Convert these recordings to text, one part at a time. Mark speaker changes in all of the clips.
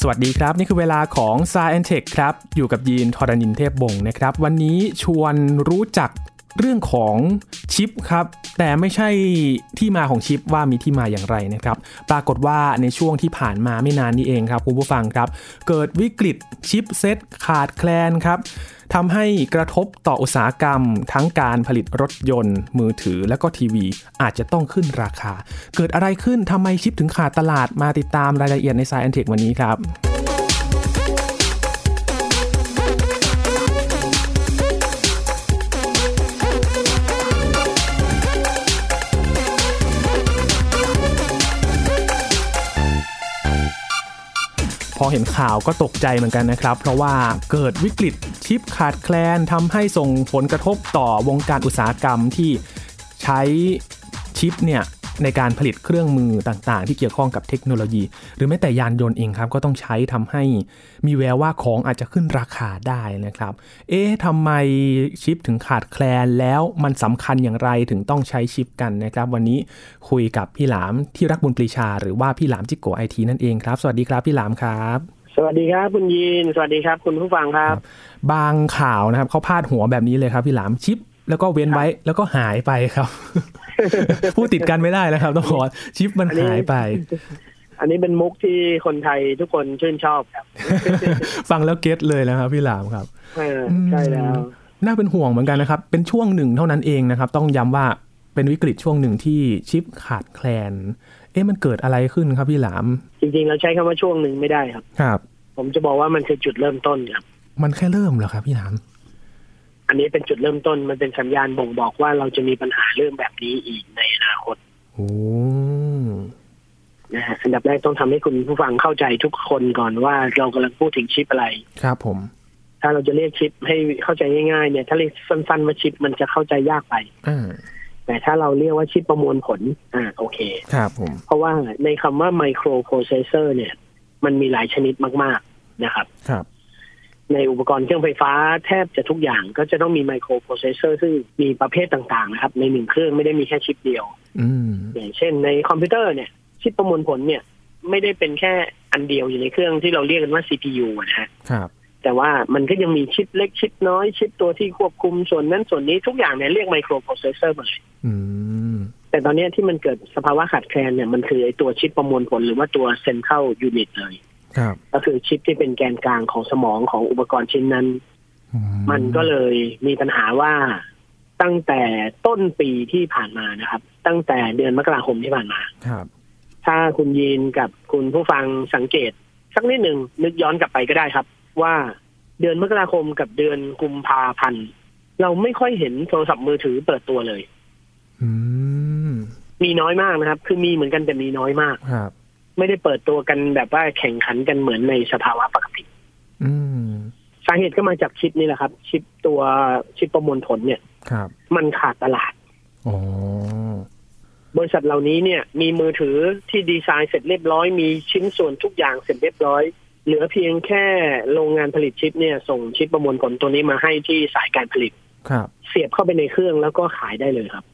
Speaker 1: สวัสดีครับ นี่คือเวลาของ s ซแอนเทคครับ อยู่กับยีนทอรานินเทพบงศ์นะครับ วันนี้ชวนรู้จักเรื่องของชิปครับ แต่ไม่ใช่ที่มาของชิปว่ามีที่มาอย่างไรนะครับ ปรากฏว่าในช่วงที่ผ่านมาไม่นานนี้เองครับคุณผู้ฟังครับ เกิดวิกฤตชิปเซ็ตขาดแคลนครับทำให้กระทบต่ออุตสาหกรรม ทั้งการผลิตรถยนต์ มือถือและก็ทีวี อาจจะต้องขึ้นราคา เกิดอะไรขึ้นทำไมชิปถึงขาดตลาดมาติดตามรายละเอียดใน s ายแอนเทควันนี้ครับ พอเห็นข่าวก็ตกใจเหมือนกันนะครับ เพราะว่าเกิดวิกฤตชิปขาดแคลนทำให้ส่งผลกระทบต่อวงการอุตสาหกรรมที่ใช้ชิปเนี่ยในการผลิตเครื่องมือต่างๆ ที่เกี่ยวข้องกับเทคโนโลยี หรือแม้แต่ยานยนต์เองครับ ก็ต้องใช้ทำให้มีแววว่าของอาจจะขึ้นราคาได้นะครับ เอ๊ะทำไมชิปถึงขาดแคลนแล้วมันสำคัญอย่างไรถึงต้องใช้ชิปกันนะครับ วันนี้คุยกับพี่หลามที่รักบุญปรีชา หรือว่าพี่หลามจิกโกไอทีนั่นเองครับ สวัสดีครับพี่หลามครับ
Speaker 2: สวัสดีครับคุณยีน สวัสดีครับ คุณผู้ฟังครับ
Speaker 1: บางข่าวนะครับเขาพาดหัวแบบนี้เลยครับพี่หลามชิป แล้วก็เว้นไว้แล้วก็หายไปครับ พูดติดกันไม่ได้แล้วครับต้องขอชิปมันหายไป
Speaker 2: อันนี้เป็นมุกที่คนไทยทุกคนชื่นชอบครับ
Speaker 1: ฟังแล้วเก็ตเลยนะครับพี่หลามครับ
Speaker 2: เออใช่แล้ว
Speaker 1: น่าเป็นห่วงเหมือนกันนะครับ เป็นช่วงหนึ่งเท่านั้นเองนะครับ ต้องย้ำว่าเป็นวิกฤตช่วงหนึ่งที่ชิปขาดแคลน เอ๊ะมันเกิดอะไรขึ้นครับพี่หลาม
Speaker 2: จริงๆเราใช้คำว่าช่วงหนึ่งไม่ได้ครับ
Speaker 1: ครับ
Speaker 2: ผมจะบอกว่ามันคือจุดเริ่มต้นครับ
Speaker 1: มันแค่เริ่มเหรอครับพี่หลาม
Speaker 2: อันนี้เป็นจุดเริ่มต้นมันเป็นสัญญาณบ่งบอกว่าเราจะมีปัญหาเรื่องแบบนี้อีกในอนาคต
Speaker 1: โอ้
Speaker 2: นะฮะอันดับแรกต้องทำให้คุณผู้ฟังเข้าใจทุกคนก่อนว่าเรากำลังพูดถึงชิปอะไร
Speaker 1: ครับผม
Speaker 2: ถ้าเราจะเรียกชิปให้เข้าใจง่ายๆเนี่ยถ้าเรียกสั้นๆว่าชิปมันจะเข้าใจยากไป
Speaker 1: อ่า
Speaker 2: แต่ถ้าเราเรียกว่าชิปประมวลผลอ่าโอเค
Speaker 1: ครับผม
Speaker 2: เพราะว่าในคำว่าไมโครโปรเซสเซอร์เนี่ย มันมีหลายชนิดมาก ๆ นะครับ
Speaker 1: ครับ
Speaker 2: ในอุปกรณ์เครื่องไฟฟ้าแทบจะทุกอย่างก็จะต้องมีไมโครโปรเซสเซอร์ซึ่งมีประเภทต่าง ๆ นะครับ ในหนึ่งเครื่องไม่ได้มีแค่ชิปเดียว
Speaker 1: อืม
Speaker 2: อย่างเช่นในคอมพิวเตอร์เนี่ย ชิปประมวลผลเนี่ย ไม่ได้เป็นแค่อันเดียวอยู่ในเครื่องที่เราเรียกกันว่า CPU นะฮะ
Speaker 1: ครับ
Speaker 2: แต่ว่ามันก็ยังมีชิปเล็กชิปน้อยชิปตัวที่ควบคุมส่วนนั้นส่วนนี้ทุกอย่างเนี่ยเรียกไมโครโปรเซสเซอร์หมดเลย
Speaker 1: อืม
Speaker 2: แต่ตอนเนี้ยที่มันเกิดสภาวะขาดแคลนเนี่ยมันคือไอตัวชิปประมวลผลหรือว่าตัวเซนเ r ้ายูนิตเลย
Speaker 1: ครับ
Speaker 2: ก็คือชิปที่เป็นแกนกลางของสมองของอุปกรณ์ชิ้นนั้น
Speaker 1: อื
Speaker 2: มันก็เลยมีปัญหาว่าตั้งแต่ต้นปีที่ผ่านมานะครับ ตั้งแต่เดือนมกราคมที่ผ่านมา
Speaker 1: ครับ
Speaker 2: ถ้าคุณยีนกับคุณผู้ฟังสังเกต สักนิดหนึ่งนึกย้อนกลับไปก็ได้ครับ ว่าเดือนมกราคมกับเดือนกุมภาพันธ์เราไม่ค่อยเห็นโทรศัพท์มือถือเปิดตัวเลย
Speaker 1: อืม
Speaker 2: มีน้อยมากนะครับ คือมีเหมือนกันแต่มีน้อยมาก
Speaker 1: ครับ
Speaker 2: ไม่ได้เปิดตัวกันแบบว่าแข่งขันกันเหมือนในสภาวะปกติ
Speaker 1: อืม
Speaker 2: สาเหตุก็มาจากชิปนี่แหละครับ ชิปตัวชิปประมวลผลเนี่ย
Speaker 1: ครับ
Speaker 2: มันขาดตลาด
Speaker 1: อ๋อ
Speaker 2: บริษัทเหล่านี้เนี่ยมีมือถือที่ดีไซน์เสร็จเรียบร้อย มีชิ้นส่วนทุกอย่างเสร็จเรียบร้อย เหลือเพียงแค่โรงงานผลิตชิปเนี่ยส่งชิปประมวลผลตัวนี้มาให้ที่สายการผลิต
Speaker 1: ครับ
Speaker 2: เสียบเข้าไปในเครื่องแล้วก็ขายได้เลยครับ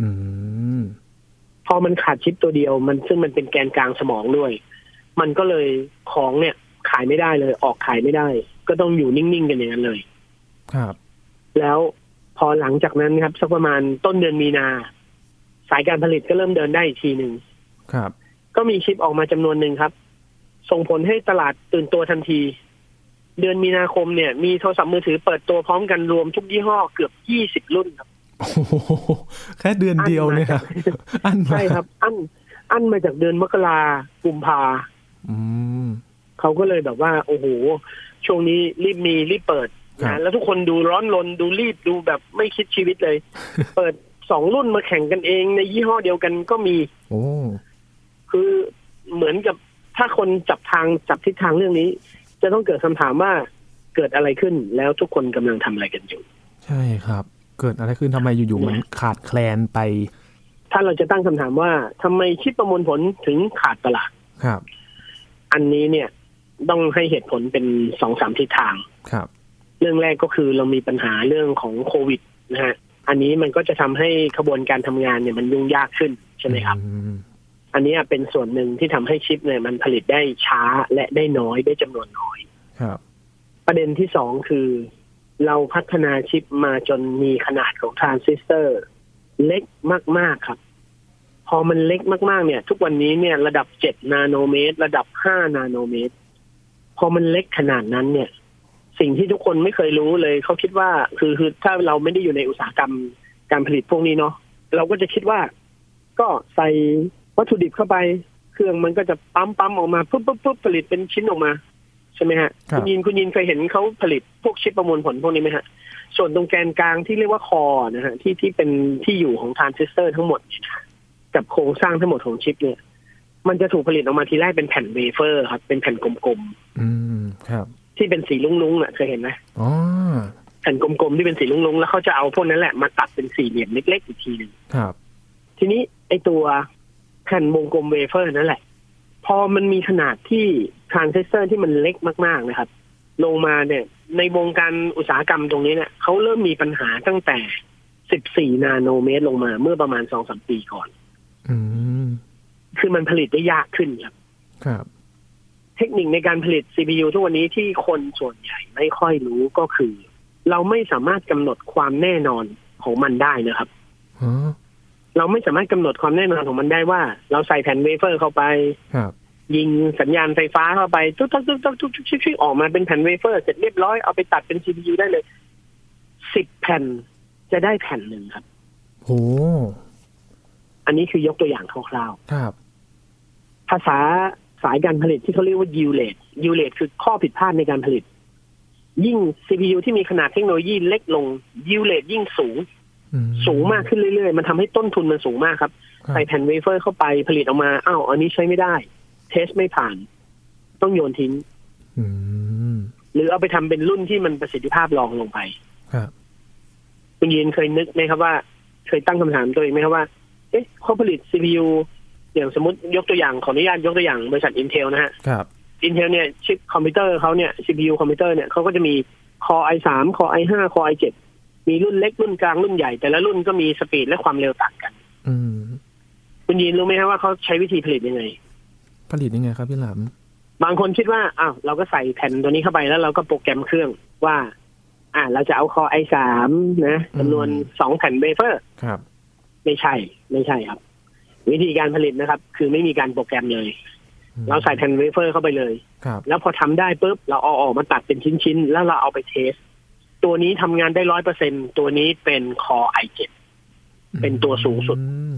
Speaker 1: อืม
Speaker 2: พอมันขาดชิปตัวเดียวมันซึ่งมันเป็นแกนกลางสมองด้วย มันก็เลยของเนี่ยขายไม่ได้เลย ออกขายไม่ได้ ก็ต้องอยู่นิ่งๆกันอย่างนั้นเลย
Speaker 1: ครับ
Speaker 2: แล้วพอหลังจากนั้นครับ สักประมาณต้นเดือนมีนา สายการผลิตก็เริ่มเดินได้อีกทีหนึ่ง
Speaker 1: ครับ
Speaker 2: ก็มีชิปออกมาจำนวนหนึ่งครับ ส่งผลให้ตลาดตื่นตัวทันที เดือนมีนาคมเนี่ย มีโทรศัพท์มือถือเปิดตัวพร้อมกันรวมทุกยี่ห้อเกือบยี่สิบ20 รุ่นครับ
Speaker 1: โอ้โหแค่เดือนเดียวเนี่ยครับอันมา
Speaker 2: ใช่ครับ อันอันมาจากเดือนมกรากุมภา
Speaker 1: อืม
Speaker 2: เขาก็เลยแบบว่า โอ้โห ช่วงนี้รีบมีรีบเปิด
Speaker 1: ครับ
Speaker 2: นะแล้วทุกคนดูร้อนรนดูรีบดูแบบไม่คิดชีวิตเลย เปิดสองรุ่นมาแข่งกันเองในยี่ห้อเดียวกันก็มี
Speaker 1: โอ้
Speaker 2: คือเหมือนกับถ้าคนจับทางจับทิศทางเรื่องนี้ จะต้องเกิดคำถามว่าเกิดอะไรขึ้นแล้วทุกคนกำลังทำอะไรกันอยู่
Speaker 1: ใช่ครับ เกิดอะไรขึ้นทำไมอยู่ๆมันขาดแคลนไป
Speaker 2: ถ้าเราจะตั้งคำถามว่าทำไมชิปประมวลผลถึงขาดตลาด
Speaker 1: ครับ
Speaker 2: อันนี้เนี่ยต้องให้เหตุผลเป็นสองสามทิศทาง
Speaker 1: ครับ
Speaker 2: เรื่องแรกก็คือเรามีปัญหาเรื่องของโควิดนะฮะอันนี้มันก็จะทำให้ขบวนการทำงานเนี่ยมันยุ่งยากขึ้นใช่ไหมครับ
Speaker 1: อืม
Speaker 2: อันเนี้ยเป็นส่วนหนึ่งที่ทำให้ชิปเนี่ยมันผลิตได้ช้าและได้น้อยได้จำนวนน้อย
Speaker 1: ครับ
Speaker 2: ประเด็นที่สองคือ เราพัฒนาชิปมาจนมีขนาดของทรานซิสเตอร์ เล็กมาก ๆ ครับ พอมันเล็กมาก ๆ เนี่ย ทุกวันนี้เนี่ยระดับเจ็ดนาโนเมตร ระดับห้านาโนเมตร พอมันเล็กขนาดนั้นเนี่ย สิ่งที่ทุกคนไม่เคยรู้เลย เขาคิดว่าคือคือถ้าเราไม่ได้อยู่ในอุตสาหกรรมการผลิตพวกนี้เนาะเราก็จะคิดว่า ก็ใส่วัตถุดิบเข้าไป เครื่องมันก็จะปั๊มปั๊มออกมาปุ๊บปุ๊บปุ๊บผลิตเป็นชิ้นออกมา ใช่ไหมฮะ
Speaker 1: ครับ
Speaker 2: ณยินคุณยินเคยเห็นเขาผลิตพวกชิปประมวลผลพวกนี้ไหมฮะ ส่วนตรงแกนกลางที่เรียกว่าคอนะฮะที่ที่เป็นที่อยู่ของทรานซิสเตอร์ทั้งหมดเนี่ยกับโครงสร้างทั้งหมดของชิปเนี่ย มันจะถูกผลิตออกมาทีแรกเป็นแผ่นเวเฟอร์ครับเป็นแผ่นกลม
Speaker 1: อืมครับ
Speaker 2: ๆ ที่เป็นสีลุ้งๆอ่ะเคยเห็นไหม
Speaker 1: อ๋อ
Speaker 2: แผ่นกลมๆที่เป็นสีลุ้งๆ แล้วเขาจะเอาพวกนั้นแหละมาตัดเป็นสี่เหลี่ยมเล็กๆอีกทีหนึง
Speaker 1: ครับ
Speaker 2: ทีนี้ไอตัวแผ่นวงกลมเวเฟอร์นั่นแหละ พอมันมีขนาดที่ทรานซิสเตอร์ที่มันเล็กมาก ๆ นะครับ ลงมาเนี่ย ในวงการอุตสาหกรรมตรงนี้เนี่ยเขาเริ่มมีปัญหาตั้งแต่ 14 นาโนเมตรลงมาเมื่อประมาณ 2-3 ปีก่อน
Speaker 1: อืม
Speaker 2: คือมันผลิตได้ยากขึ้นครับ
Speaker 1: ครับ
Speaker 2: เทคนิคในการผลิต CPU ทุกวันนี้ที่คนส่วนใหญ่ไม่ค่อยรู้ก็คือ เราไม่สามารถกำหนดความแน่นอนของมันได้นะครับ
Speaker 1: อ๋อ
Speaker 2: เราไม่สามารถกำหนดความแน่นอนของมันได้ว่า เราใส่แผ่นเวเฟอร์เข้าไป
Speaker 1: ครับ
Speaker 2: ยิงสัญญาณไฟฟ้าเข้าไปตุ๊กตุ๊กตุ๊กตุ๊กตุ๊กตุ๊กตุ๊กตุ๊กออกมาเป็นแผ่นเวเฟอร์เสร็จเรียบร้อยเอาไปตัดเป็น CPU ได้เลยสิบแผ่นจะได้แผ่นหนึ่งครับ
Speaker 1: โห
Speaker 2: อันนี้คือยกตัวอย่างคร่าว
Speaker 1: ครับ
Speaker 2: ๆภาษาสายการผลิตที่เขาเรียกว่า yield rate yield rate คือข้อผิดพลาดในการผลิต ยิ่ง CPU ที่มีขนาดเทคโนโลยีเล็กลง yield rate ยิ่งสูง
Speaker 1: อื
Speaker 2: สูงมากขึ้นเรื่อยๆ มันทำให้ต้นทุนมันสูงมากครับ
Speaker 1: ครับ
Speaker 2: ใส่แผ่นเวเฟอร์เข้าไปผลิตออกมาอ้าวอันนี้ใช้ไม่ได้ เทสไม่ผ่าน ต้องโยนทิ้ง
Speaker 1: อืม
Speaker 2: หรือเอาไปทำเป็นรุ่นที่มันประสิทธิภาพรองลงไป
Speaker 1: ครับ
Speaker 2: คุณยีนเคยนึกไหมครับว่า เคยตั้งคำถามตัวเองไหมครับว่า เอ๊ะเขาผลิต CPU อย่างสมมติยกตัวอย่างขออนุญาตยกตัวอย่างบริษัท Intel นะฮะ
Speaker 1: ครับ
Speaker 2: Intel เนี่ยชิปคอมพิวเตอร์เขาเนี่ย CPU คอมพิวเตอร์เนี่ยเขาก็จะมี Core i3 Core i5 Core i7 มีรุ่นเล็กรุ่นกลางรุ่นใหญ่ แต่ละรุ่นก็มีสปีดและความเร็วต่างกัน
Speaker 1: อืม
Speaker 2: คุณยีนรู้ไหมครับว่าเขาใช้วิธีผลิตยังไง
Speaker 1: ผลิตยังไงครับพี่หลาม
Speaker 2: บางคนคิดว่า อ้าว เราก็ใส่แผ่นตัวนี้เข้าไปแล้วเราก็โปรแกรมเครื่องว่า อ่า เราจะเอาคอ i3 นะจำนวนสองแผ่นเวเฟอร์
Speaker 1: ครับ
Speaker 2: ไม่ใช่ ไม่ใช่ครับ วิธีการผลิตนะครับ คือไม่มีการโปรแกรมเลย เราใส่แผ่นเวเฟอร์เข้าไปเลย
Speaker 1: ครับ
Speaker 2: แล้วพอทำได้ปุ๊บ เราเอาออกมาตัดเป็นชิ้น ๆ แล้วเราเอาไปเทส ตัวนี้ทำงานได้ร้อยเปอร์เซ็นตัวนี้เป็นคอ i7 เป็นตัวสูงสุด
Speaker 1: อืม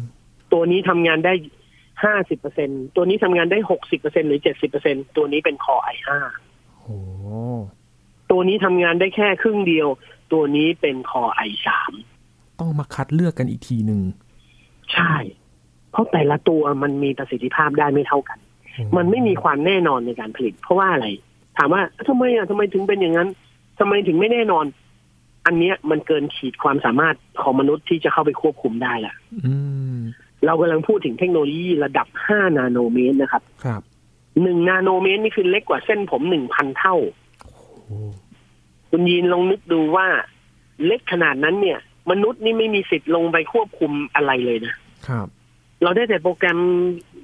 Speaker 2: ตัวนี้ทำงานได้ห้าสิบเปอร์เซ็นตัวนี้ทำงานได้หกสิบเปอร์เซ็นหรือเจ็ดสิบเปอร์เซ็นตัวนี้เป็นคอ i5
Speaker 1: โห
Speaker 2: ตัวนี้ทำงานได้แค่ครึ่งเดียว ตัวนี้เป็นคอ i3
Speaker 1: ต้องมาคัดเลือกกันอีกทีหนึ่ง
Speaker 2: ใช่ เพราะแต่ละตัวมันมีประสิทธิภาพได้ไม่เท่ากัน
Speaker 1: โอ้
Speaker 2: มันไม่มีความแน่นอนในการผลิต เพราะว่าอะไร ถามว่าทำไมอ่ะทำไมถึงเป็นอย่างนั้นทำไมถึงไม่แน่นอน อันเนี้ยมันเกินขีดความสามารถของมนุษย์ที่จะเข้าไปควบคุมได้ละ
Speaker 1: อืม
Speaker 2: เรากำลังพูดถึงเทคโนโลยีระดับ 5 นาโนเมตรนะครับ
Speaker 1: ครับ
Speaker 2: 1นาโนเมตรนี่คือเล็กกว่าเส้นผม 1,000 เท่า
Speaker 1: โอ้
Speaker 2: คุณยีนลองนึกดูว่าเล็กขนาดนั้นเนี่ย มนุษย์นี่ไม่มีสิทธิ์ลงไปควบคุมอะไรเลยนะ
Speaker 1: ครับ
Speaker 2: เราได้แต่โปรแกรม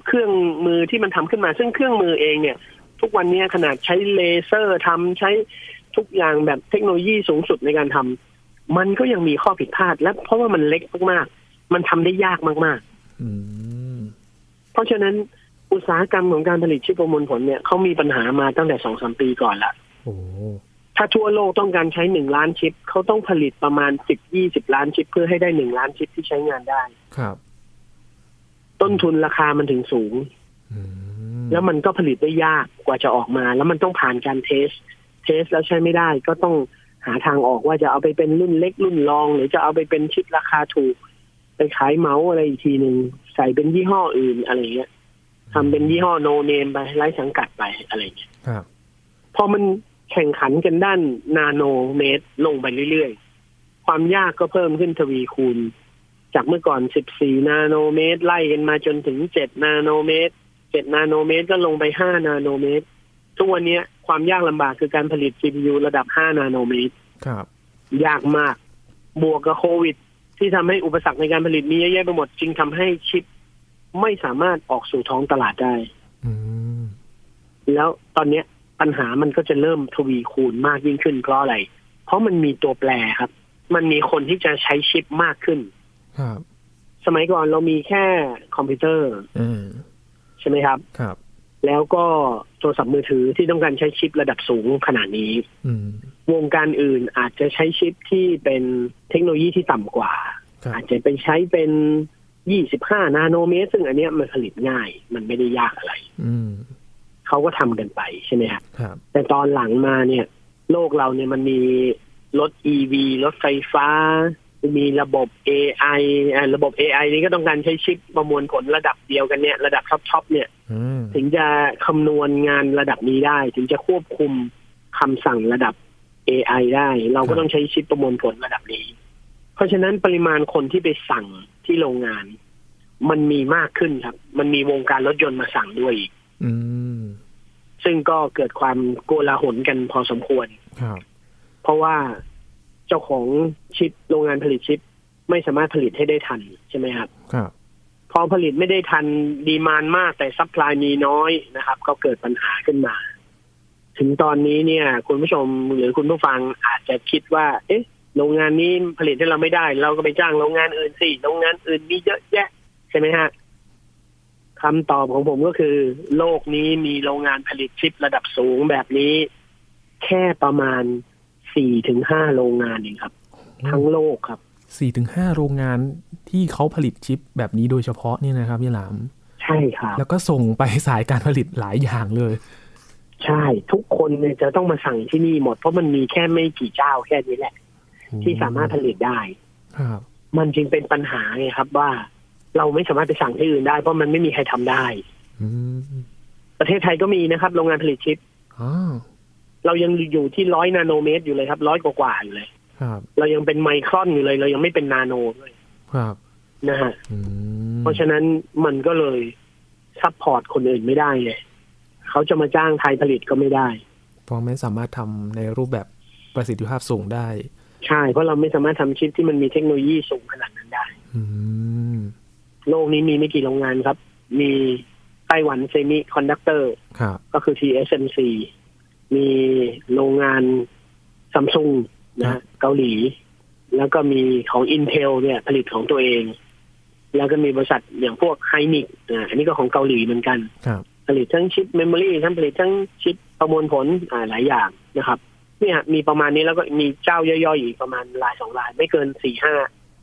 Speaker 2: เครื่องมือที่มันทำขึ้นมา ซึ่งเครื่องมือเองเนี่ย ทุกวันเนี้ขนาดใช้เลเซอร์ทำใช้ทุกอย่างแบบเทคโนโลยีสูงสุดในการทำมันก็ยังมีข้อผิดพลาด และเพราะว่ามันเล็กมากๆ มันทำได้ยากมาก
Speaker 1: อืม
Speaker 2: ๆ เพราะฉะนั้นอุตสาหกรรมของการผลิตชิปประมวลผลเนี่ยเขามีปัญหามาตั้งแต่สองสามปีก่อนละ
Speaker 1: โอ้
Speaker 2: ถ้าทั่วโลกต้องการใช้หนึ่งล้านชิป เขาต้องผลิตประมาณสิบยี่สิบล้านชิป เพื่อให้ได้หนึ่งล้านชิปที่ใช้งานได้
Speaker 1: ครับ
Speaker 2: ต้นทุนราคามันถึงสูง
Speaker 1: อืม
Speaker 2: แล้วมันก็ผลิตได้ยากกว่าจะออกมา แล้วมันต้องผ่านการเทส เทสแล้วใช้ไม่ได้ ก็ต้องหาทางออกว่าจะเอาไปเป็นรุ่นเล็กรุ่นรอง หรือจะเอาไปเป็นชิปราคาถูก ไปขายเมาส์อะไรอีกทีหนึ่งใส่เป็นยี่ห้ออื่นอะไรเงี้ยทำเป็นยี่ห้อโนเนมไปไร้สังกัดไปอะไรเงี้ย
Speaker 1: ครับ
Speaker 2: พอมันแข่งขันกันด้านนาโนเมตรลงไปเรื่อยๆ ความยากก็เพิ่มขึ้นทวีคูณ จากเมื่อก่อน 14 นาโนเมตร ไล่กันมาจนถึง 7 นาโนเมตร 7 นาโนเมตรก็ลงไป 5 นาโนเมตร ทุกวันนี้ความยากลำบากคือการผลิต CPU ระดับ 5 นาโนเมตร
Speaker 1: ครับ
Speaker 2: ยากมาก บวกกับโควิด ที่ทำให้อุปสรรคในการผลิตมีเยอะแยะไปหมด จึงทำให้ชิป ไม่สามารถออกสู่ท้องตลาดได้
Speaker 1: อืม
Speaker 2: แล้วตอนเนี้ยปัญหามันก็จะเริ่มทวีคูณมากยิ่งขึ้นเพราะอะไร เพราะมันมีตัวแปรครับ มันมีคนที่จะใช้ชิปมากขึ้น
Speaker 1: ครับ
Speaker 2: สมัยก่อนเรามีแค่คอมพิวเตอร์
Speaker 1: อืม
Speaker 2: ใช่ไหมครับ
Speaker 1: ครับ
Speaker 2: แล้วก็โทรศัพท์มือถือที่ต้องการใช้ชิประดับสูงขนาดนี้
Speaker 1: อืม
Speaker 2: วงการอื่นอาจจะใช้ชิปที่เป็นเทคโนโลยีที่ต่ำกว่า
Speaker 1: ครับ
Speaker 2: อาจจะเป็นใช้เป็น 25 นาโนเมตร ซึ่งอันเนี้ยมันผลิตง่าย มันไม่ได้ยากอะไร
Speaker 1: อืม
Speaker 2: เขาก็ทำกันไปใช่ไหมครับ
Speaker 1: ครับ
Speaker 2: แต่ตอนหลังมาเนี่ย โลกเราเนี่ยมันมีรถ e ีวีรถไฟฟ้า มีระบบ AI อ่าระบบ AI นี้ก็ต้องการใช้ชิปประมวลผลระดับเดียวกันเนี่ยระดับท็อปทอปเนี่ย
Speaker 1: อืม
Speaker 2: ถึงจะคำนวณงานระดับนี้ได้ ถึงจะควบคุมคำสั่งระดับ AI ได้ เราก็ต้องใช้ชิปประมวลผลระดับนี้ เพราะฉะนั้นปริมาณคนที่ไปสั่งที่โรงงาน มันมีมากขึ้นครับ มันมีวงการรถยนต์มาสั่งด้วยอีก
Speaker 1: อืม
Speaker 2: ซึ่งก็เกิดความโกลาหลกันพอสมควร
Speaker 1: ครับ
Speaker 2: เพราะว่าเจ้าของชิปโรงงานผลิตชิป ไม่สามารถผลิตให้ได้ทันใช่ไหมครับ
Speaker 1: ครับ
Speaker 2: พอผลิตไม่ได้ทันดีมานมากแต่ซัพพลายมีน้อยนะครับ ก็เกิดปัญหาขึ้นมา ถึงตอนนี้เนี่ย คุณผู้ชมหรือคุณผู้ฟังอาจจะคิดว่า เอ๊ะ โรงงานนี้ผลิตให้เราไม่ได้ เราก็ไปจ้างโรงงานอื่นสิโรงงานอื่นมีเยอะแยะ ใช่ไหมฮะคำตอบของผมก็คือ โลกนี้มีโรงงานผลิตชิประดับสูงแบบนี้ แค่ประมาณสี่ถึงห้าโรงงานเองครับ ทั้งโลกครับ
Speaker 1: สี่ถึงห้าโรงงานที่เขาผลิตชิปแบบนี้โดยเฉพาะเนี่ยนะครับพี่หลาม
Speaker 2: ใช่ครับ
Speaker 1: แล้วก็ส่งไปสายการผลิตหลายอย่างเลย
Speaker 2: ใช่ ทุกคนเนี่ยจะต้องมาสั่งที่นี่หมด เพราะมันมีแค่ไม่กี่เจ้าแค่นี้แหละ ที่สามารถผลิตได้
Speaker 1: ครับ
Speaker 2: มันจึงเป็นปัญหาไงครับว่า เราไม่สามารถไปสั่งที่อื่นได้ เพราะมันไม่มีใครทำได้
Speaker 1: อืม
Speaker 2: ประเทศไทยก็มีนะครับ โรงงานผลิตชิป
Speaker 1: อ๋อ
Speaker 2: เรายังอยู่ที่ร้อยนาโนเมตรอยู่เลยครับร้อยกว่าๆอยู่เลย
Speaker 1: ครับ
Speaker 2: เรายังเป็นไมครอนอยู่เลย เรายังไม่เป็นนาโนเลย
Speaker 1: ครับ
Speaker 2: นะฮะ
Speaker 1: อืม
Speaker 2: เพราะฉะนั้นมันก็เลยซัพพอร์ตคนอื่นไม่ได้เลยเขาจะมาจ้างไทยผลิตก็ไม่ได้
Speaker 1: เพราะไม่สามารถทำในรูปแบบประสิทธิภาพสูงได้
Speaker 2: ใช่ เพราะเราไม่สามารถทำชิปที่มันมีเทคโนโลยีสูงขนาดนั้นได้
Speaker 1: อืม
Speaker 2: โลกนี้มีไม่กี่โรงงานครับ มีไต้หวันเซมิคอนดักเตอร์
Speaker 1: ครับ
Speaker 2: ก็คือ TSMC มีโรงงานซัมซุงนะฮะเกาหลี แล้วก็มีของ Intel เนี่ยผลิตของตัวเอง แล้วก็มีบริษัทอย่างพวกไฮนิกอ่าอันนี้ก็ของเกาหลีเหมือนกัน
Speaker 1: ครับ
Speaker 2: ผลิตทั้งชิปเมมโมรีทั้งผลิตทั้งชิปประมวลผลอ่าหลายอย่างนะครับ เนี่ยมีประมาณนี้แล้วก็มีเจ้าย่อยๆอีกประมาณรายสองราย ไม่เกินสี่ห้า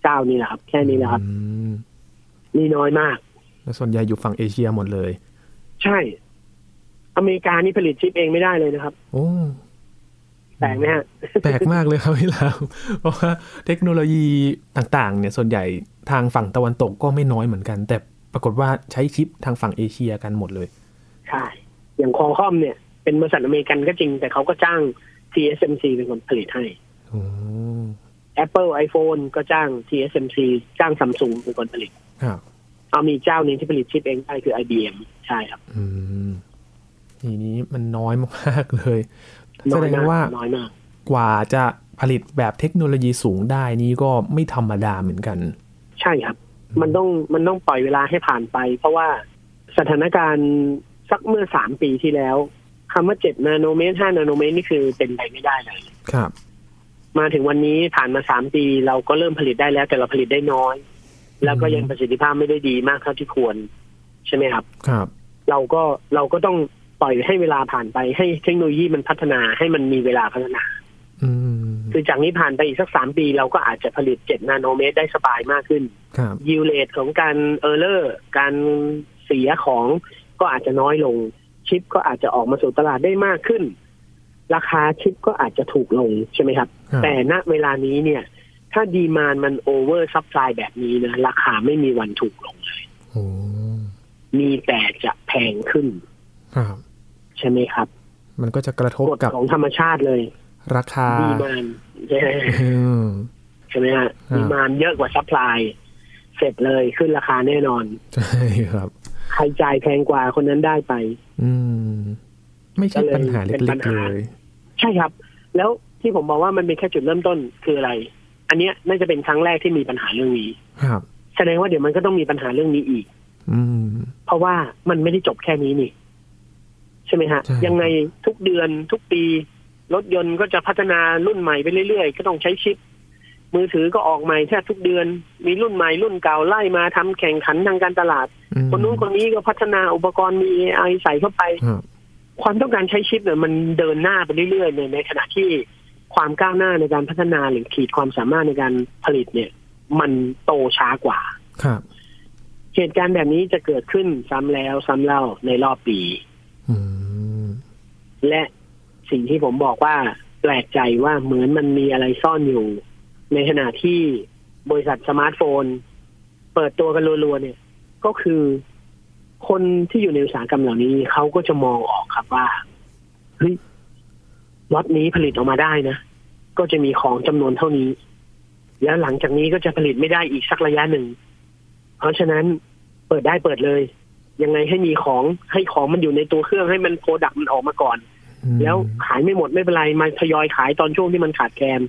Speaker 2: เจ้านี่แหละครับ แค่นี้แหละครับ
Speaker 1: อืม
Speaker 2: นี่น้อยมาก
Speaker 1: แล้วส่วนใหญ่อยู่ฝั่งเอเชียหมดเลย
Speaker 2: ใช่ อเมริกานี่ผลิตชิปเองไม่ได้เลยนะครับ
Speaker 1: โอ้
Speaker 2: แปลกไหมฮะ
Speaker 1: แปลกมากเลยครับพี่หลามเพราะว่า เทคโนโลยีต่างๆ เนี่ยส่วนใหญ่ทางฝั่งตะวันตกก็ไม่น้อยเหมือนกัน แต่ปรากฏว่าใช้ชิปทางฝั่งเอเชียกันหมดเลย
Speaker 2: ใช่ อย่างคอคอมเนี่ย เป็นบริษัทอเมริกันก็จริง แต่เขาก็จ้าง TSMC เป็นคนผลิตให้
Speaker 1: โอ้
Speaker 2: Apple iPhone ก็จ้าง TSMC จ้างซัมซุงเป็นคนผลิต
Speaker 1: ครับ
Speaker 2: เอามีเจ้าหนึงที่ผลิตชิปเองได้คือ IBM ใช่ครับ
Speaker 1: อืมทีนี้มันน้อยมากๆเลย แส
Speaker 2: น้อ
Speaker 1: ด
Speaker 2: ย
Speaker 1: ง
Speaker 2: มาก
Speaker 1: ว่า
Speaker 2: น้อยมาก
Speaker 1: กว่าจะผลิตแบบเทคโนโลยีสูงได้นี่ก็ไม่ธรรมดาเหมือนกัน
Speaker 2: ใช่ครับ มันต้องมันต้องปล่อยเวลาให้ผ่านไป เพราะว่าสถานการณ์สักเมื่อสามปีที่แล้วคำว่าเจ็ดนาโนเมตรห้านาโนเมตรนี่คือเป็นไปไม่ได้เลย
Speaker 1: ครับ
Speaker 2: มาถึงวันนี้ผ่านมาสามปี เราก็เริ่มผลิตได้แล้ว แต่เราผลิตได้น้อย แล้วก็ยังประสิทธิภาพไม่ได้ดีมากเท่าที่ควร ใช่ไหมครับ
Speaker 1: ครับ
Speaker 2: เราก็เราก็ต้องปล่อยให้เวลาผ่านไปให้เทคโนโลยีมันพัฒนาให้มันมีเวลาพัฒนา
Speaker 1: อืม
Speaker 2: คือจากนี้ผ่านไปอีกสักสามปี เราก็อาจจะผลิตเจ็ดนาโนเมตรได้สบายมากขึ้น
Speaker 1: ครับ
Speaker 2: ยิวเลตของการเออร์เลอร์การเสียของก็อาจจะน้อยลง ชิปก็อาจจะออกมาสู่ตลาดได้มากขึ้น ราคาชิปก็อาจจะถูกลงใช่ไหมครับ
Speaker 1: ครับ
Speaker 2: แต่ณเวลานี้เนี่ย ถ้าดีมานมันโอเวอร์ซัพพลายแบบนี้นะ ราคาไม่มีวันถูกลง
Speaker 1: โอ้
Speaker 2: มีแต่จะแพงขึ้น
Speaker 1: ครับ
Speaker 2: ใช่ไหมครับ
Speaker 1: มันก็จะกระทบ
Speaker 2: กฎ
Speaker 1: กับ
Speaker 2: ของธรรมชาติเลย
Speaker 1: ราคา
Speaker 2: ดีม าน
Speaker 1: อืม
Speaker 2: ใช่ไหมฮะ
Speaker 1: อ่า
Speaker 2: ดีมานเยอะกว่าซัพพลายเสร็จเลยขึ้นราคาแน่นอน
Speaker 1: ใช่ครับ
Speaker 2: ใครจ่ายแพงกว่าคนนั้นได้ไป
Speaker 1: อืม ไม่ใช่ปัญหาเล็กๆเลย
Speaker 2: ใช่ครับ แล้วที่ผมบอกว่ามันเป็นแค่จุดเริ่มต้นคืออะไร อันเนี้ยน่าจะเป็นครั้งแรกที่มีปัญหาเรื่องนี้
Speaker 1: ครับ
Speaker 2: แสดงว่าเดี๋ยวมันก็ต้องมีปัญหาเรื่องนี้อีก
Speaker 3: อืม
Speaker 2: เพราะว่ามันไม่ได้จบแค่นี้นี่ ใช่ไหมฮะ
Speaker 3: ใช่
Speaker 2: ยังไงทุกเดือนทุกปี รถยนต์ก็จะพัฒนารุ่นใหม่ไปเรื่อยๆ ก็ต้องใช้ชิป มือถือก็ออกใหม่แทบทุกเดือน มีรุ่นใหม่รุ่นเก่าไล่มาทำแข่งขันทางการตลาด
Speaker 3: อืม
Speaker 2: คนนู้นคนนี้ก็พัฒนาอุปกรณ์มี AI ใส่เข้าไป
Speaker 3: ครับ
Speaker 2: ความต้องการใช้ชิปเนี่ยมันเดินหน้าไปเรื่อยๆเนี่ยในขณะที่ความก้าวหน้าในการพัฒนาหรือขีดความสามารถในการผลิตเนี่ย มันโตช้ากว่า
Speaker 3: ครับ
Speaker 2: เหตุการณ์แบบนี้จะเกิดขึ้นซ้ำแล้วซ้ำเล่าในรอบปี
Speaker 3: อืม
Speaker 2: และสิ่งที่ผมบอกว่าแปลกใจว่าเหมือนมันมีอะไรซ่อนอยู่ ในขณะที่บริษัทสมาร์ทโฟน เปิดตัวกันรัวๆเนี่ย ก็คือคนที่อยู่ในอุตสาหกรรมเหล่านี้เขาก็จะมองออกครับว่าเฮ้ยล็อตนี้ผลิตออกมาได้นะ ก็จะมีของจำนวนเท่านี้ แล้วหลังจากนี้ก็จะผลิตไม่ได้อีกสักระยะหนึ่ง เพราะฉะนั้นเปิดได้เปิดเลย ยังไงให้มีของให้ของมันอยู่ในตัวเครื่องให้มันโปรดักมันออกมาก่อน
Speaker 3: อืม
Speaker 2: แล้วขายไม่หมดไม่เป็นไรมาทยอยขายตอนช่วงที่มันขาดแคลน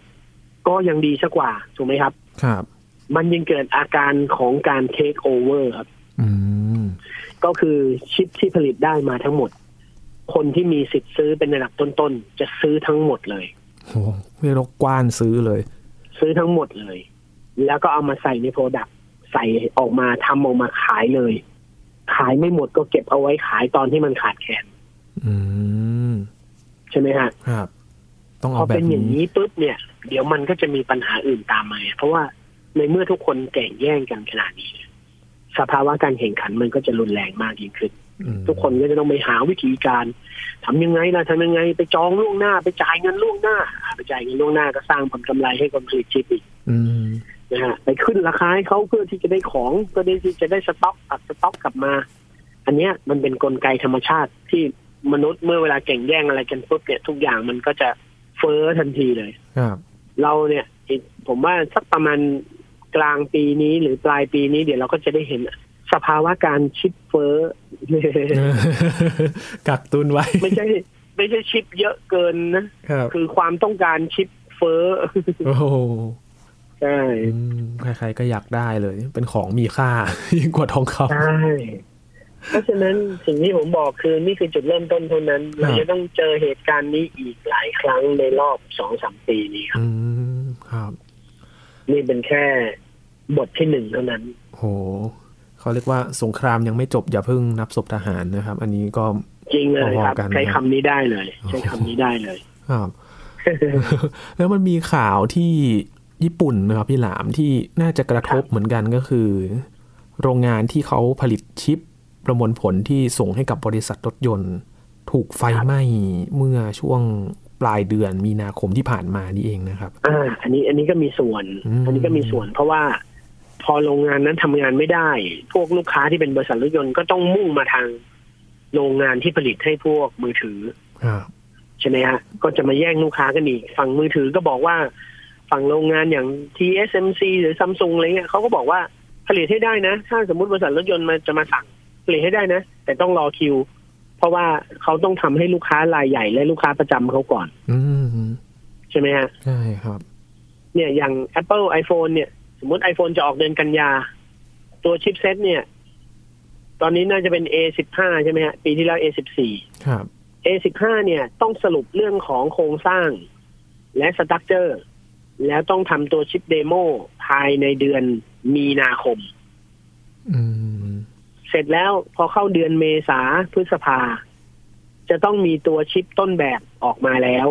Speaker 2: ก็ยังดีซะกว่า ถูกไหมครับ
Speaker 3: ครับ
Speaker 2: มันยังเกิดอาการของการเทคโอเวอร์ครับ
Speaker 3: อืม
Speaker 2: ก็คือชิปที่ผลิตได้มาทั้งหมด คนที่มีสิทธิ์ซื้อเป็นระดับต้นๆ จะซื้อทั้งหมดเลย
Speaker 3: โหเรียกว่ากว้านซื้อเลย
Speaker 2: ซื้อทั้งหมดเลย แล้วก็เอามาใส่ในโปรดักใส่ออกมาทำออกมาขายเลย ขายไม่หมดก็เก็บเอาไว้ขายตอนที่มันขาดแคลน
Speaker 3: อืม
Speaker 2: ใช่ไหมฮะ
Speaker 3: ครับ ต้อง
Speaker 2: พ
Speaker 3: เอา
Speaker 2: อ
Speaker 3: แบ
Speaker 2: เป็
Speaker 3: บ
Speaker 2: นอย่าง
Speaker 3: นี้
Speaker 2: นี้ปุ๊บเนี่ย เดี๋ยวมันก็จะมีปัญหาอื่นตามมา เพราะว่าในเมื่อทุกคนแก่งแย่งกันขนาดนี้ สภาวะการแข่งขันมันก็จะรุนแรงมากยิ่งขึ้น
Speaker 3: อืม
Speaker 2: ทุกคนก็จะต้องไปหาวิธีการทำยังไงล่ะทำยังไง ไปจองล่วงหน้า ไปจ่ายเงินล่วงหน้าอ่าไปจ่ายเงินล่วงหน้าก็สร้างผลกำไรให้คนผลิตชิปอีก
Speaker 3: อืม
Speaker 2: นะฮะไปขึ้นราคาให้เขาเพื่อที่จะได้ของเพื่อที่จะได้สต็อกตัดสต็อกกลับมา อันเนี้ยมันเป็นกลไกธรรมชาติที่มนุษย์เมื่อเวลาแข่งแย่งอะไรกันปุ๊บเนี่ยทุกอย่างมันก็จะเฟ้อทันทีเลย
Speaker 3: ครับ
Speaker 2: เราเนี่ยอีกผมว่าสักประมาณกลางปีนี้หรือปลายปีนี้เดี๋ยวเราก็จะได้เห็นสภาวะการชิปเฟ้อ
Speaker 3: กักตุนไว้
Speaker 2: ไม่ใช่ ไม่ใช่ชิปเยอะเกินนะครับ คือความต้องการชิปเฟ้อ
Speaker 3: โอ้โห
Speaker 2: ใช่
Speaker 3: อืมใครๆก็อยากได้เลย เป็นของมีค่า ยิ่งกว่าทองค
Speaker 2: ใช่เพราะฉะนั้นสิ่งที่ผมบอกคือนี่คือจุดเริ่มต้นเท่านั้น
Speaker 3: ครับ
Speaker 2: เราจะต้องเจอเหตุการณ์นี้อีกหลายครั้งในรอบสองสามปีนี้
Speaker 3: ำ
Speaker 2: ครับ
Speaker 3: อืม ครับ
Speaker 2: นี่เป็นแค่บทที่หนึ่งเท่านั้น
Speaker 3: โห เขาเรียกว่าสงครามยังไม่จบอย่าเพิ่งนับศพทหารนะครับ อันนี้ก็
Speaker 2: จริงเลยครับ
Speaker 3: พอๆกัน
Speaker 2: ใช้
Speaker 3: นะ
Speaker 2: คำนี้ได้เลย ใช้คำนี้ได้เลย
Speaker 3: ครับ แล้วมันมีข่าวที่ญี่ปุ่นนะครับพี่หลามที่น่าจะกระทบเหมือนกันก็คือ โรงงานที่เขาผลิตชิปประมวลผลที่ส่งให้กับบริษัทรถยนต์ ถูกไฟไหม้เมื่อช่วงปลายเดือนมีนาคมที่ผ่านมานี่เองนะครับ
Speaker 2: อ่าอันนี้อันนี้ก็มีส่วน
Speaker 3: อืม
Speaker 2: อันนี้ก็มีส่วนเพราะว่า พอโรงงานนั้นทำงานไม่ได้ พวกลูกค้าที่เป็นบริษัทรถยนต์ก็ต้องมุ่งมาทาง โรงงานที่ผลิตให้พวกมือถือ
Speaker 3: ครับ
Speaker 2: ใช่ไหมฮะ ก็จะมาแย่งลูกค้ากันอีก ฝั่งมือถือก็บอกว่า ฝั่งโรงงานอย่าง TSMC หรือซัมซุงอะไรเงี้ยเขาก็บอกว่าผลิตให้ได้นะ ถ้าสมมติบริษัทรถยนต์มาจะมาสั่งผลิตให้ได้นะ แต่ต้องรอคิว เพราะว่าเขาต้องทำให้ลูกค้ารายใหญ่ และลูกค้าประจำเขาก่อน
Speaker 3: อืม
Speaker 2: ใช่ไหมฮะ
Speaker 3: ใช่ครับ
Speaker 2: เนี่ยอย่าง Apple iPhone เนี่ย สมมติ iPhone จะออกเดือนกันยา ตัวชิปเซตเนี่ย ตอนนี้น่าจะเป็น A15 ใช่ไหมฮะ ปีที่แล้ว A14
Speaker 3: ครับ
Speaker 2: A15 เนี่ย ต้องสรุปเรื่องของโครงสร้างและสตั๊กเจอร์ แล้วต้องทำตัวชิปเดโมภายในเดือนมีนาคม
Speaker 3: อืม
Speaker 2: เสร็จแล้วพอเข้าเดือนเมษาพฤษภา จะต้องมีตัวชิปต้นแบบออกมาแล้ว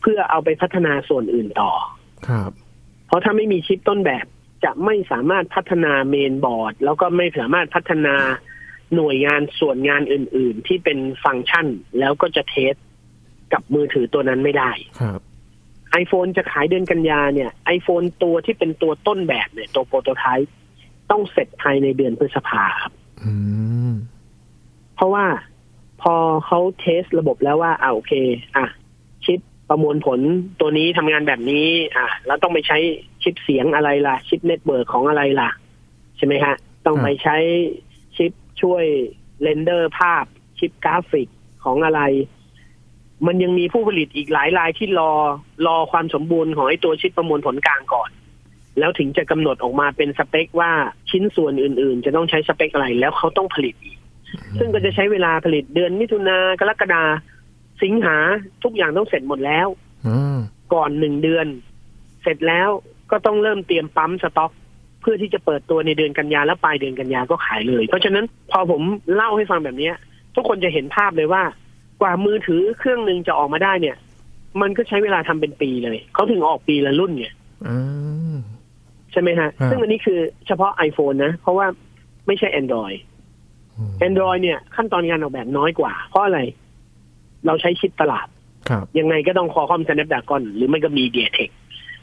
Speaker 2: เพื่อเอาไปพัฒนาส่วนอื่นต่อ
Speaker 3: ครับ
Speaker 2: เพราะถ้าไม่มีชิปต้นแบบ จะไม่สามารถพัฒนาเมนบอร์ด แล้วก็ไม่สามารถพัฒนาหน่วยงานส่วนงานอื่น ๆ ที่เป็นฟังก์ชัน แล้วก็จะเทสกับมือถือตัวนั้นไม่ได้
Speaker 3: ครับ
Speaker 2: iPhone จะขายเดือนกันยาเนี่ย iPhone ตัวที่เป็นตัวต้นแบบเนี่ย ตัวโปรโตไทป์ต้องเสร็จภายในเดือนพฤษภาครับ
Speaker 3: อืม
Speaker 2: เพราะว่าพอเขาเทสระบบแล้วว่าอ่าโอเค อ่ะ ชิปประมวลผลตัวนี้ทำงานแบบนี้ อ่ะแล้วต้องไปใช้ชิปเสียงอะไรล่ะ ชิปเน็ตเวิร์กของอะไรล่ะ ใช่ไหมฮะ ต้องไปใช้ชิปช่วยเรนเดอร์ภาพ ชิปกราฟิกของอะไร มันยังมีผู้ผลิตอีกหลายรายที่รอรอความสมบูรณ์ของไอ้ตัวชิปประมวลผลกลางก่อน แล้วถึงจะกำหนดออกมาเป็นสเปคว่าชิ้นส่วนอื่น ๆ จะต้องใช้สเปคอะไรแล้วเขาต้องผลิตอีก ซึ่งก็จะใช้เวลาผลิตเดือนมิถุนากรกฎาสิงหาทุกอย่างต้องเสร็จหมดแล้ว
Speaker 1: อืม
Speaker 2: ก่อนหนึ่งเดือน เสร็จแล้วก็ต้องเริ่มเตรียมปั๊มสต็อก เพื่อที่จะเปิดตัวในเดือนกันยาและปลายเดือนกันยาก็ขายเลย เพราะฉะนั้นพอผมเล่าให้ฟังแบบเนี้ย ทุกคนจะเห็นภาพเลยว่า กว่ามือถือเครื่องหนึ่งจะออกมาได้เนี่ย มันก็ใช้เวลาทำเป็นปีเลยเขาถึงออกปีละรุ่นไง
Speaker 1: อืม
Speaker 2: ใช่ไหมฮะ
Speaker 1: ครับ
Speaker 2: ซึ่งอันนี้คือเฉพาะ iPhone นะ เพราะว่าไม่ใช่ Android
Speaker 1: อืม
Speaker 2: Android เนี่ยขั้นตอนการออกแบบน้อยกว่า เพราะอะไร เราใช้ชิปตลาด
Speaker 1: ครับ
Speaker 2: ยังไงก็ต้องคอคอม Snapdragon หรือไม่ก็ MediaTek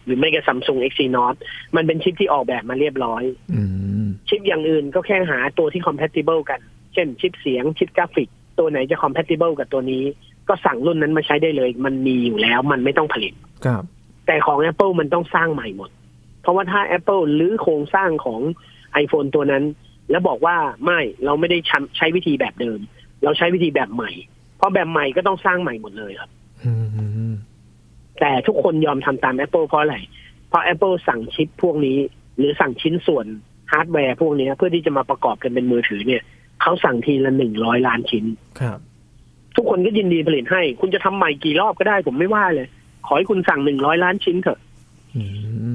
Speaker 2: หรือไม่ก็ Samsung Exynos มันเป็นชิปที่ออกแบบมาเรียบร้อย
Speaker 1: อืม
Speaker 2: ชิปอย่างอื่นก็แค่หาตัวที่ compatible กัน เช่นชิปเสียงชิปกราฟิก ตัวไหนจะ compatible กับตัวนี้ ก็สั่งรุ่นนั้นมาใช้ได้เลย มันมีอยู่แล้วมันไม่ต้องผลิต
Speaker 1: ครับ
Speaker 2: แต่ของ Apple มันต้องสร้างใหม่หมด เพราะว่าถ้า Apple รื้อโครงสร้างของ iPhone ตัวนั้น แล้วบอกว่าไม่เราไม่ได้ใช้ใช้วิธีแบบเดิม เราใช้วิธีแบบใหม่ เพราะแบบใหม่ก็ต้องสร้างใหม่หมดเลยครับ
Speaker 1: อืม
Speaker 2: แต่ทุกคนยอมทำตาม Apple เพราะอะไร เพราะ Apple สั่งชิปพวกนี้ หรือสั่งชิ้นส่วนฮาร์ดแวร์พวกนี้เพื่อที่จะมาประกอบกันเป็นมือถือเนี่ย เขาสั่งทีละหนึ่งร้อยล้านชิ้น
Speaker 1: ครับ
Speaker 2: ทุกคนก็ยินดีผลิตให้ คุณจะทำใหม่กี่รอบก็ได้ผมไม่ว่าเลย ขอให้คุณสั่งหนึ่งร้อยล้านชิ้นเถอะ
Speaker 1: อื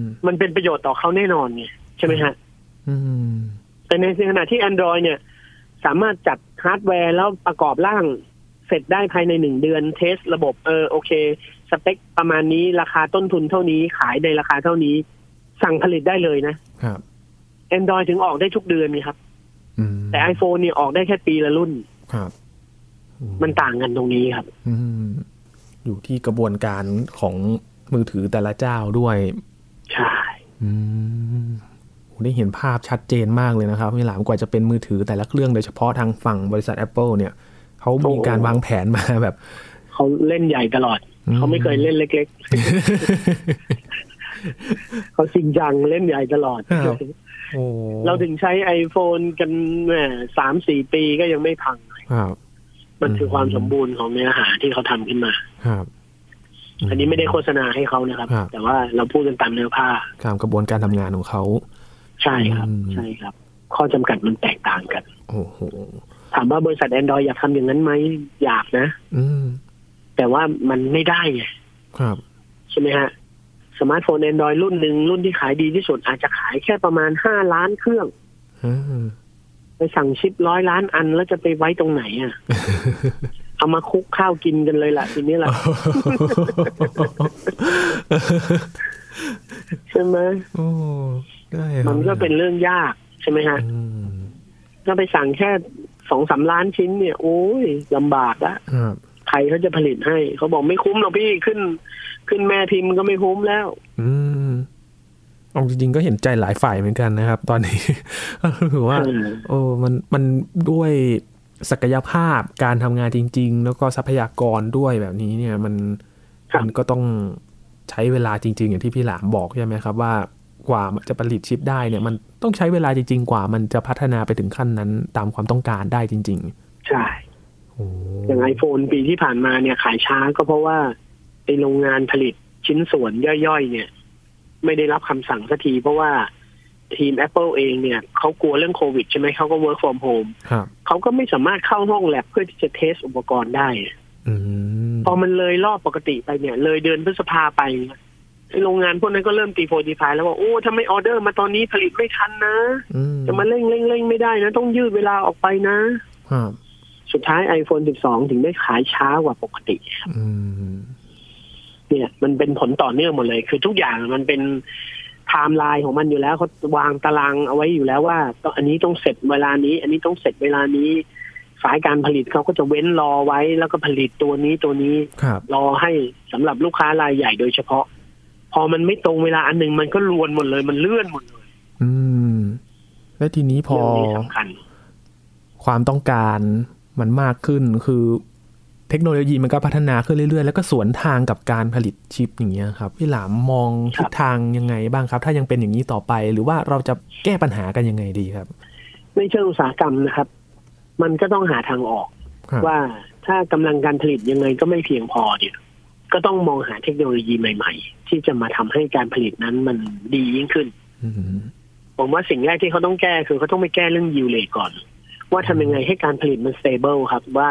Speaker 1: ม
Speaker 2: มันเป็นประโยชน์ต่อเขาแน่นอนไงใช่ไหมฮะ
Speaker 1: อืม
Speaker 2: แต่ในขณะที่ Android เนี่ย สามารถจัดฮาร์ดแวร์แล้วประกอบร่างเสร็จได้ภายในหนึ่งเดือนเทสระบบเออโอเค สเปคประมาณนี้ราคาต้นทุนเท่านี้ขายในราคาเท่านี้ สั่งผลิตได้เลยนะ
Speaker 1: ครับ
Speaker 2: Android ถึงออกได้ทุกเดือนนี่ครับ
Speaker 1: อืม
Speaker 2: แต่ iPhone เนี่ยออกได้แค่ปีละรุ่น
Speaker 1: ครับอื
Speaker 2: มันต่างกันตรงนี้ครับ
Speaker 1: อืม อยู่ที่กระบวนการของมือถือแต่ละเจ้าด้วย
Speaker 2: ใช่
Speaker 1: อืมโหได้เห็นภาพชัดเจนมากเลยนะครับพี่หลามกว่าจะเป็นมือถือแต่ละเครื่องโดยเฉพาะทางฝั่งบริษัท Apple เนี่ย เขามีการวางแผนมาแบบ
Speaker 2: เขาเล่นใหญ่ตลอด
Speaker 1: อืม
Speaker 2: เขาไม่เคยเล่นเล็ก ๆ เขาจริงจังเล่นใหญ่ตลอด
Speaker 1: ครับ โอ้
Speaker 2: เราถึงใช้ iPhone กันแหมสามสี่ปีก็ยังไม่พัง
Speaker 1: ครับ
Speaker 2: มันคือ
Speaker 1: ม
Speaker 2: ความสมบูรณ์ของเนื้อหาที่เขาทำขึ้นมา
Speaker 1: ครับ
Speaker 2: อันนี้ไม่ได้โฆษณาให้เขานะครับ
Speaker 1: ครับ
Speaker 2: แต่ว่าเราพูดกันตามเนื้อผ้า
Speaker 1: ตามกระบวนการทำงานของเขา
Speaker 2: ใช่ครับ
Speaker 1: อืม
Speaker 2: ใช่ครับ ข้อจำกัดมันแตกต่างกัน
Speaker 1: โอ้โห
Speaker 2: ถามว่าบริษัท Android อยากทำอย่างนั้นไหมอยากนะ
Speaker 1: อืม
Speaker 2: แต่ว่ามันไม่ได้ไง
Speaker 1: ครับ
Speaker 2: ใช่ไหมฮะ สมาร์ทโฟน Android รุ่นหนึ่งรุ่นที่ขายดีที่สุดอาจจะขายแค่ประมาณห้าล้านเครื่อง
Speaker 1: อืม
Speaker 2: ไปสั่งชิปร้อยล้านอันแล้วจะไปไว้ตรงไหน อ่ะ เอามาคลุกข้าวกินกันเลยล่ะทีนี้ล่ะ ใช่ไหม
Speaker 1: โอ้ได้ครับ
Speaker 2: มันก็เป็นเรื่องยากใช่ไหมฮะ
Speaker 1: อืม
Speaker 2: ถ้าไปสั่งแค่สองสามล้านชิ้นเนี่ย โอ้ยลำบากละ
Speaker 1: ครับ
Speaker 2: ใครเขาจะผลิตให้ เขาบอกไม่คุ้มหรอกพี่ขึ้น ขึ้นแม่พิมพ์ก็ไม่คุ้มแล้ว
Speaker 1: อืมเอาจริงๆก็เห็นใจหลายฝ่ายเหมือนกันนะครับ ตอนนี้ ก็คือว่า
Speaker 2: อืม
Speaker 1: โอ้มันมันด้วยศักยภาพการทำงานจริง ๆ แล้วก็ทรัพยากรด้วยแบบนี้เนี่ย มัน
Speaker 2: ครับ
Speaker 1: มันก็ต้องใช้เวลาจริง ๆ อย่างที่พี่หลามบอกใช่ไหมครับ ว่ากว่ามันจะผลิตชิปได้เนี่ย มันต้องใช้เวลาจริง ๆ กว่า มันจะพัฒนาไปถึงขั้นนั้น ตามความต้องการได้จริง
Speaker 2: ใช่
Speaker 1: ๆ โอ้
Speaker 2: อย่างไอโฟนปีที่ผ่านมาเนี่ยขายช้าก็เพราะว่าไอโรงงานผลิตชิ้นส่วนย่อยๆ เนี่ย ไม่ได้รับคำสั่งสักที เพราะว่าทีม Apple เองเนี่ยเขากลัวเรื่องโควิดใช่ไหมเขาก็ work from home
Speaker 1: ครับ
Speaker 2: เขาก็ไม่สามารถเข้าห้องแลบเพื่อที่จะเทสอุปกรณ์ได้
Speaker 1: อืม
Speaker 2: พอมันเลยรอบปกติไปเนี่ย เลยเดือนพฤษภาไปเนี่ยไอ้โรงงานพวกนั้นก็เริ่มตีโพยตีพายแล้วว่าโอ้ทำไมออเดอร์มาตอนนี้ผลิตไม่ทันนะ
Speaker 1: อืม
Speaker 2: จะมาเร่งเร่งเร่งไม่ได้นะ ต้องยืดเวลาออกไปนะ
Speaker 1: ครับ
Speaker 2: สุดท้าย iPhone 12 ถึงได้ขายช้ากว่าปกติ
Speaker 1: อืม
Speaker 2: เนี่ยมันเป็นผลต่อเนื่องหมดเลย คือทุกอย่างมันเป็นไทม์ไลน์ของมันอยู่แล้วเขาวางตารางเอาไว้อยู่แล้วว่าต้องอันนี้ต้องเสร็จเวลานี้ อันนี้ต้องเสร็จเวลานี้ สายการผลิตเขาก็จะเว้นรอไว้ แล้วก็ผลิตตัวนี้ตัวนี้
Speaker 1: ครับ
Speaker 2: รอให้สำหรับลูกค้ารายใหญ่โดยเฉพาะ พอมันไม่ตรงเวลาอันหนึ่งมันก็รวนหมดเลยมันเลื่อนหมดเลย
Speaker 1: อืม และทีนี้พอ
Speaker 2: เรื่องนี้สำคัญ
Speaker 1: ความต้องการมันมากขึ้นคือเทคโนโลยีมันก็พัฒนาขึ้นเรื่อยๆ แล้วก็สวนทางกับการผลิตชิปอย่างเงี้ยครับพี่หลามมอง
Speaker 2: ค
Speaker 1: ทิ
Speaker 2: รับ
Speaker 1: ศทางยังไงบ้างครับ ถ้ายังเป็นอย่างนี้ต่อไป หรือว่าเราจะแก้ปัญหากันยังไงดีครับ
Speaker 2: ในเชิงอุตสาหกรรมนะครับ มันก็ต้องหาทางออก
Speaker 1: ครับ
Speaker 2: ว่าถ้ากำลังการผลิตยังไงก็ไม่เพียงพอเนี่ย ก็ต้องมองหาเทคโนโลยีใหม่ ๆ ที่จะมาทำให้การผลิตนั้นมันดียิ่งขึ้น
Speaker 1: อืม
Speaker 2: ผมว่าสิ่งแรกที่เขาต้องแก้คือเขาต้องไปแก้เรื่องยิวเลทก่อน ว่าทำยังไงให้การผลิตมันสเตเบิลครับ ว่า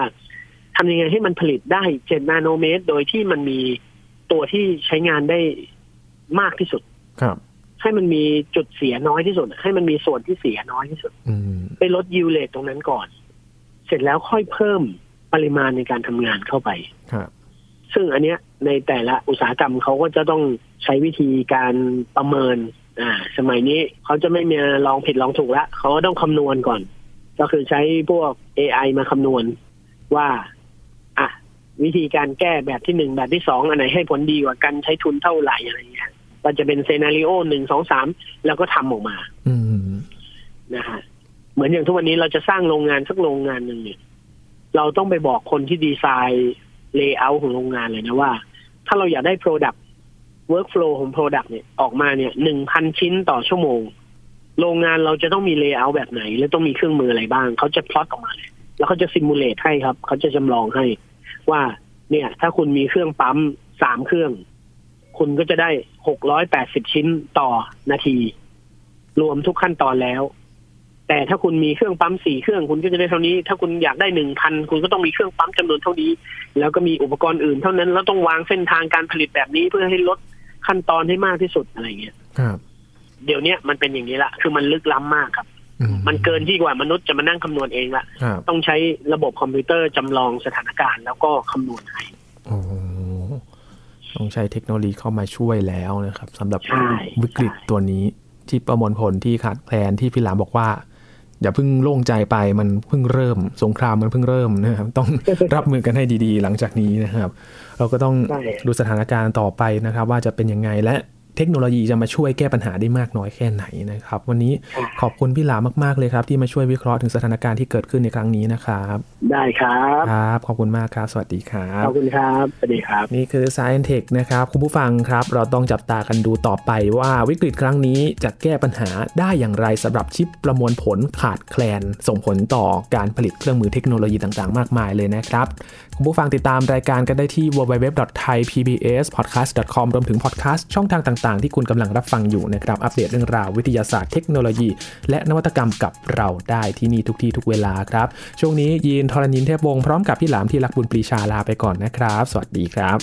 Speaker 2: ทำยังไงให้มันผลิตได้เจ็ดนาโนเมตร โดยที่มันมีตัวที่ใช้งานได้มากที่สุด
Speaker 1: ครับ
Speaker 2: ให้มันมีจุดเสียน้อยที่สุด ให้มันมีส่วนที่เสียน้อยที่สุด
Speaker 1: อืม
Speaker 2: ไปลดยิวเลทตรงนั้นก่อน เสร็จแล้วค่อยเพิ่มปริมาณในการทำงานเข้าไป
Speaker 1: ครับ
Speaker 2: ซึ่งอันเนี้ยในแต่ละอุตสาหกรรมเขาก็จะต้องใช้วิธีการประเมิน อ่า สมัยนี้เขาจะไม่มีลองผิดลองถูกละเขาก็ต้องคำนวณก่อน ก็คือใช้พวก AI มาคำนวณว่าอ่ะวิธีการแก้แบบที่หนึ่งแบบที่สองอันไหนให้ผลดีกว่ากันใช้ทุนเท่าไหร่อะไรเงี้ยมันจะเป็นเซนาริโอหนึ่งสองสามแล้วก็ทำออกมา
Speaker 1: อืม
Speaker 2: นะฮะเหมือนอย่างทุกวันนี้เราจะสร้างโรงงานสักโรงงานหนึ่งเนี่ย เราต้องไปบอกคนที่ดีไซน์เลเยอร์ของโรงงานเลยนะว่า ถ้าเราอยากได้ Product Workflow ของ Product เนี่ยออกมาเนี่ยหนึ่งพันชิ้นต่อชั่วโมง โรงงานเราจะต้องมีเลเยอร์แบบไหน และต้องมีเครื่องมืออะไรบ้าง เขาจะพลอตออกมาเลยแล้วเขาจะซิมูเลตให้ครับ เขาจะจำลองให้ ว่าเนี่ย ถ้าคุณมีเครื่องปั๊มสามเครื่อง คุณก็จะได้หกร้อยแปดสิบชิ้นต่อนาที รวมทุกขั้นตอนแล้ว แต่ถ้าคุณมีเครื่องปั๊มสี่เครื่องคุณก็จะได้เท่านี้ ถ้าคุณอยากได้หนึ่งพันคุณก็ต้องมีเครื่องปั๊มจำนวนเท่านี้ แล้วก็มีอุปกรณ์อื่นเท่านั้น แล้วต้องวางเส้นทางการผลิตแบบนี้เพื่อให้ลดขั้นตอนให้มากที่สุดอะไรเงี้ย
Speaker 1: ครับ
Speaker 2: เดี๋ยวเนี้ยมันเป็นอย่างนี้ละคือมันลึกล้ำมากครับ
Speaker 1: อื
Speaker 2: มันเกินที่กว่ามนุษย์จะมานั่งคำนวณเองละ
Speaker 1: ครับ
Speaker 2: ต้องใช้ระบบคอมพิวเตอร์จำลองสถานการณ์แล้วก็คำนวณให้
Speaker 1: โอ้ต้องใช้เทคโนโลยีเข้ามาช่วยแล้วนะครับสำหรับ
Speaker 2: ใช่
Speaker 1: วิกฤตตัวนี้ที่ประมวลผลที่ขาดแคลนที่พี่หลามบอกว่า อย่าเพิ่งโล่งใจไปมันเพิ่งเริ่ม สงครามมันเพิ่งเริ่มนะครับ ต้อง รับมือกันให้ดีๆ หลังจากนี้นะครับ เราก็ต้อง
Speaker 2: ใช่
Speaker 1: ดูสถานการณ์ต่อไปนะครับ ว่าจะเป็นยังไงและเทคโนโลยีจะมาช่วยแก้ปัญหาได้มากน้อยแค่ไหนนะครับ วันนี้ขอบคุณพี่หลามากๆเลยครับ ที่มาช่วยวิเคราะห์ถึงสถานการณ์ที่เกิดขึ้นในครั้งนี้นะครับ
Speaker 2: ได้ครับ
Speaker 1: ครับ ขอบคุณมากครับ สวัสดีครับ
Speaker 2: ขอบคุณครับสวัสดีครับ
Speaker 1: นี่คือ Science Tech นะครับ คุณผู้ฟังครับ เราต้องจับตากันดูต่อไปว่าวิกฤตครั้งนี้จะแก้ปัญหาได้อย่างไรสำหรับชิปประมวลผลขาดแคลน ส่งผลต่อการผลิตเครื่องมือเทคโนโลยีต่างๆ มากมายเลยนะครับ คุณผู้ฟังติดตามรายการกันได้ที่ www.thaipbspodcast.com รวมถึงพอดแคสต์ช่องทางต่างๆ ที่คุณกำลังรับฟังอยู่นะครับ อัปเดตเรื่องราววิทยาศาสตร์เทคโนโลยี และนวัตกรรมกับเราได้ที่นี่ทุกที่ทุกเวลาครับ ช่วงนี้ยีนทรณินเทพวงศ์พร้อมกับพี่หลามที่รักบุญปรีชาลาไปก่อนนะครับ สวัสดีครับ